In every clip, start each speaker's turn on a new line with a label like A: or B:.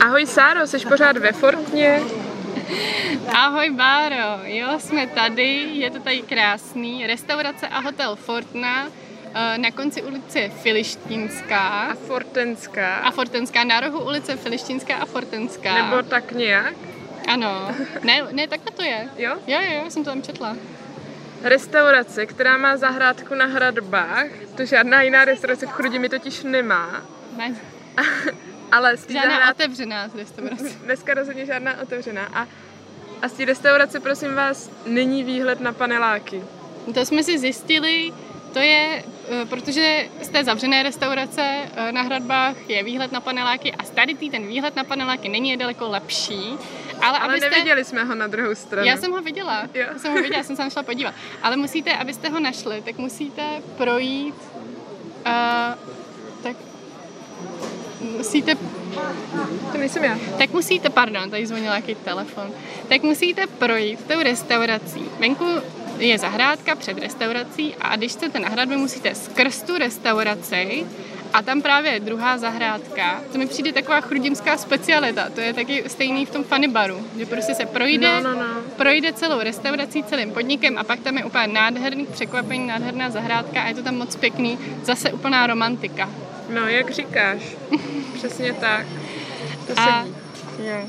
A: Ahoj Sáro, jsi pořád ve Fortně?
B: Ahoj Báro, jo, jsme tady, je to tady krásný, restaurace a hotel Fortna, eh, na konci ulice Filištínská
A: A Fortenská?
B: a Fortenská, na rohu ulice Filištínská a Fortenská.
A: Nebo tak nějak?
B: Ano, ne, ne, takhle to je.
A: Jo?
B: Jo, jo, jo, jsem to tam četla.
A: Restaurace, která má zahrádku na hradbách, to žádná jiná restaurace v Chrudimi totiž nemá,
B: Ne,
A: ale z té
B: žádná
A: zahrádky
B: otevřená restaurace.
A: dneska rozhodně žádná otevřená. A, a z té restaurace, prosím vás, není výhled na paneláky.
B: To jsme si zjistili, to je, eh, protože z té zavřené restaurace eh, na hradbách je výhled na paneláky a z tady tý ten výhled na paneláky není je daleko lepší,
A: Ale
B: ale, abyste...
A: neviděli jsme ho na druhou stranu.
B: Já jsem ho viděla,
A: Jo.
B: já jsem ho viděla, jsem se tam šla podívat. Ale musíte, abyste ho našli, tak musíte projít, uh, tak musíte,
A: To nejsem já.
B: tak musíte, pardon, tady zvonil nějaký telefon, tak musíte projít tou restaurací. Venku je zahrádka před restaurací a když chcete na hradbu, musíte skrz tu restauraci a tam právě je druhá zahrádka. To mi přijde taková chrudimská specialita, to je taky stejný v tom funny baru, že prostě se projde
A: No, no, no.
B: projde celou restaurací, celým podnikem a pak tam je úplně nádherný překvapení, nádherná zahrádka a je to tam moc pěkný, zase úplná romantika.
A: No, jak říkáš. Přesně tak. To
B: A,
A: sedí. Jo.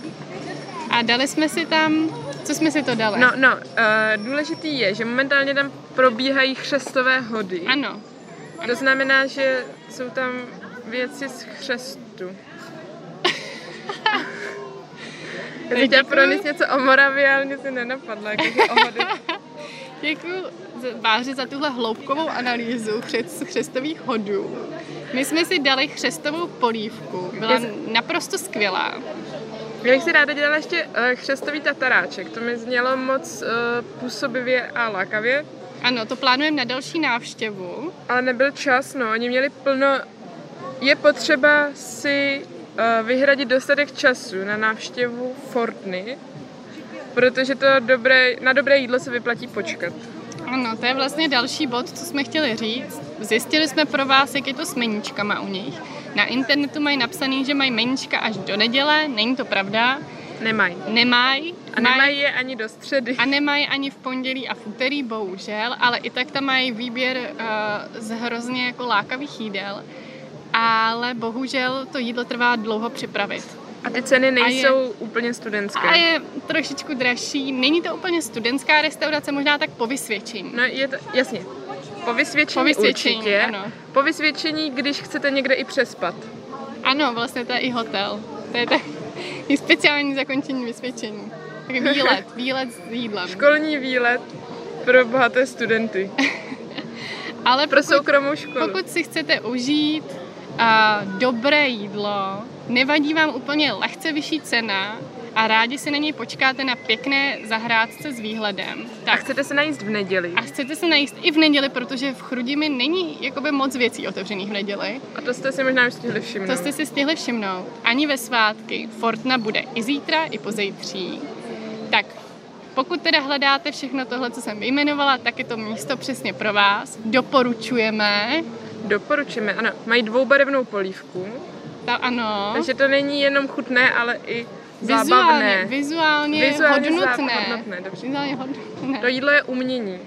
B: a dali jsme si tam, co jsme si to dali?
A: No, no, eh, důležitý je, že momentálně tam probíhají chřestové hody.
B: Ano,
A: To znamená, že jsou tam věci z chřestu. Já jsem chtěla
B: Děkuju.
A: pronést něco o Moravě, ale mě se nenapadlo, jak je o hody.
B: děkuji za- Báři za tuhle hloubkovou analýzu chřest, chřestových hodů. My jsme si dali chřestovou polívku, byla
A: Já
B: naprosto skvělá.
A: Já bych si ráda dělala ještě eh, chřestový tataráček, to mi znělo moc eh, působivě a lákavě,
B: Ano, to plánujeme na další návštěvu.
A: ale nebyl čas, no, oni měli plno... Je potřeba si eh, vyhradit dostatek času na návštěvu Fortny, protože to dobré, na dobré jídlo se vyplatí počkat.
B: Ano, to je vlastně další bod, co jsme chtěli říct. Zjistili jsme pro vás, jak je to s meníčkama u nich. Na internetu mají napsaný, že mají meníčka až do neděle, není to pravda.
A: Nemají.
B: Nemají.
A: A nemají je ani do středy.
B: a nemají ani v pondělí a v úterý, bohužel, ale i tak tam mají výběr eh, z hrozně jako lákavých jídel. Ale bohužel to jídlo trvá dlouho připravit.
A: A ty ceny nejsou
B: A
A: úplně studentské.
B: A je trošičku dražší. Není to úplně studentská restaurace, možná tak po vysvědčení.
A: No je to, jasně. Po vysvědčení,
B: Po vysvědčení,
A: určitě.
B: ano.
A: Po vysvědčení, když chcete někde i přespat.
B: Ano, vlastně to je i hotel. To je tak, i speciální zakončení vysvědčení. Tak výlet, výlet s jídlem.
A: Školní výlet pro bohaté studenty.
B: Ale
A: Pro
B: pokud,
A: soukromou školu.
B: pokud si chcete užít a, dobré jídlo, nevadí vám úplně lehce vyšší cena a rádi si na něj počkáte na pěkné zahrádce s výhledem.
A: A
B: Tak.
A: chcete se najíst v neděli.
B: A chcete se najíst i v neděli, protože v Chrudimi není jakoby moc věcí otevřených v neděli.
A: A to jste si možná už stihli všimnout.
B: To jste si stihli všimnout. Ani ve svátky. Fortna bude i zítra, i pozejtří. Tak, pokud teda hledáte všechno tohle, co jsem vyjmenovala, tak je to místo přesně pro vás. Doporučujeme.
A: Doporučujeme, ano. Mají dvoubarevnou polívku,
B: Ta, ano.
A: takže to není jenom chutné, ale i
B: Vizuálně,
A: zábavné.
B: vizuálně,
A: Vizuálně
B: hodnotné.
A: zá- hodnotné, dobře.
B: Vizuálně hodnotné.
A: To jídlo je umění.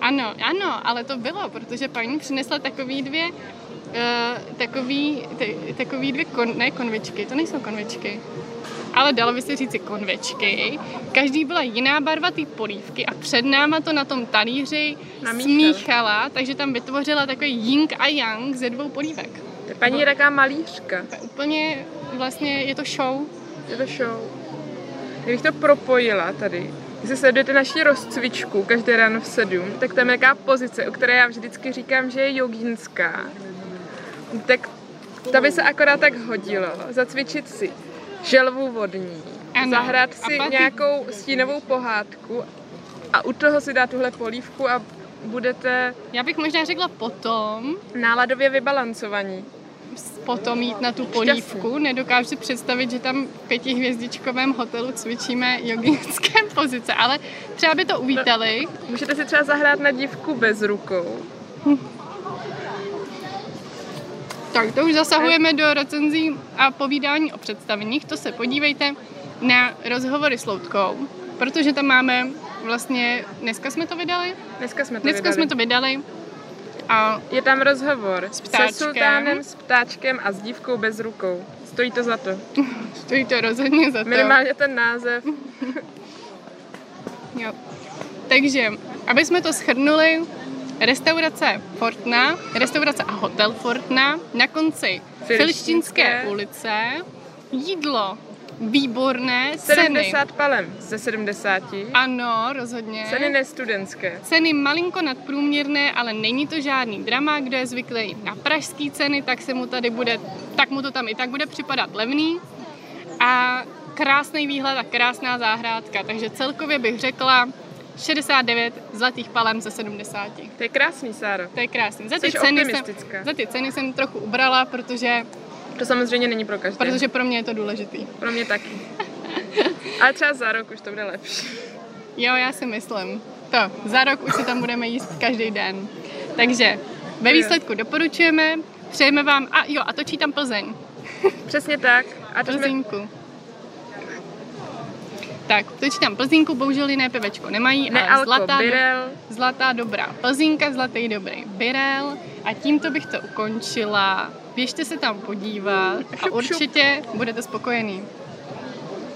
B: Ano, ano, ale to bylo, protože paní přinesla takový dvě eh, takový, ty- takový dvě, kon, ne konvičky, to nejsou konvičky, ale dalo by se říci konvečky. Každý byla jiná barva té polívky a před náma to na tom talíři
A: Namíchal.
B: smíchala, takže tam vytvořila takový ying a yang ze dvou polívek.
A: Ta Paní je taková malířka.
B: To je Úplně vlastně je to show.
A: Je to show. Kdybych to propojila tady, jestli sledujete naši rozcvičku každé ráno v 7, tak tam je nějaká pozice, o které já vždycky říkám, že je jogínská. Tak ta by se akorát tak hodilo. Zacvičit si želvu vodní,
B: Ano.
A: zahrát
B: A
A: si
B: pak-
A: nějakou stínovou pohádku a u toho si dát tuhle polívku a budete
B: Já bych možná řekla potom,
A: náladově vybalancovaní.
B: potom jít na tu polívku. Nedokážu si představit, že tam v pětihvězdičkovém hotelu cvičíme joginské dispozice, ale třeba by to uvítali.
A: Můžete si třeba zahrát na dívku bez rukou.
B: Tak to už zasahujeme do recenzí a povídání o představeních. To se podívejte na rozhovory s Loutkou, protože tam máme vlastně, dneska jsme to vydali,
A: Dneska jsme to
B: dneska
A: vydali.
B: jsme to vydali a
A: Je tam rozhovor s
B: ptáčkem.
A: se sultánem, s ptáčkem a s dívkou bez rukou. Stojí to za to.
B: stojí to rozhodně za to.
A: Minimálně ten název.
B: Jo. Takže, aby jsme to shrnuli, restaurace Fortna, restaurace a hotel Fortna na konci
A: Filštínské.
B: Filštínské ulice, jídlo výborné, ceny.
A: 70 palem ze 70.
B: Ano, rozhodně.
A: Ceny nestudentské.
B: Ceny malinko nadprůměrné, ale není to žádný drama. Kdo je zvyklý na pražské ceny, tak se mu tady bude, tak mu to tam i tak bude připadat levný. A krásný výhled a krásná zahrádka. Takže celkově bych řekla 69 zlatých palem ze 70.
A: To je krásný, Sáro.
B: To je krásný. Za ty,
A: Jsi
B: ceny jsem,
A: optimistická.
B: za ty ceny jsem trochu ubrala, protože,
A: To samozřejmě není pro každého.
B: protože pro mě je to důležitý.
A: Pro mě taky. Ale třeba za rok už to bude lepší.
B: Jo, já si myslím. To, za rok už si tam budeme jíst každý den. Takže ve výsledku doporučujeme, přejeme vám, a jo, a točí tam Plzeň,
A: Přesně tak. A to jsme...
B: Plzeňku. Tak, točí tam Plzínku, bohužel jiné pivečko nemají,
A: Ne,
B: ale
A: alko,
B: zlatá,
A: birel.
B: zlatá dobrá Plzínka, zlatý dobrý Birel. A tímto bych to ukončila. Běžte se tam podívat a
A: šup.
B: určitě budete spokojení.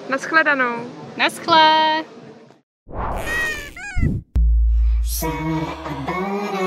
A: Naschledanou.
B: Naschle!
C: Say about it.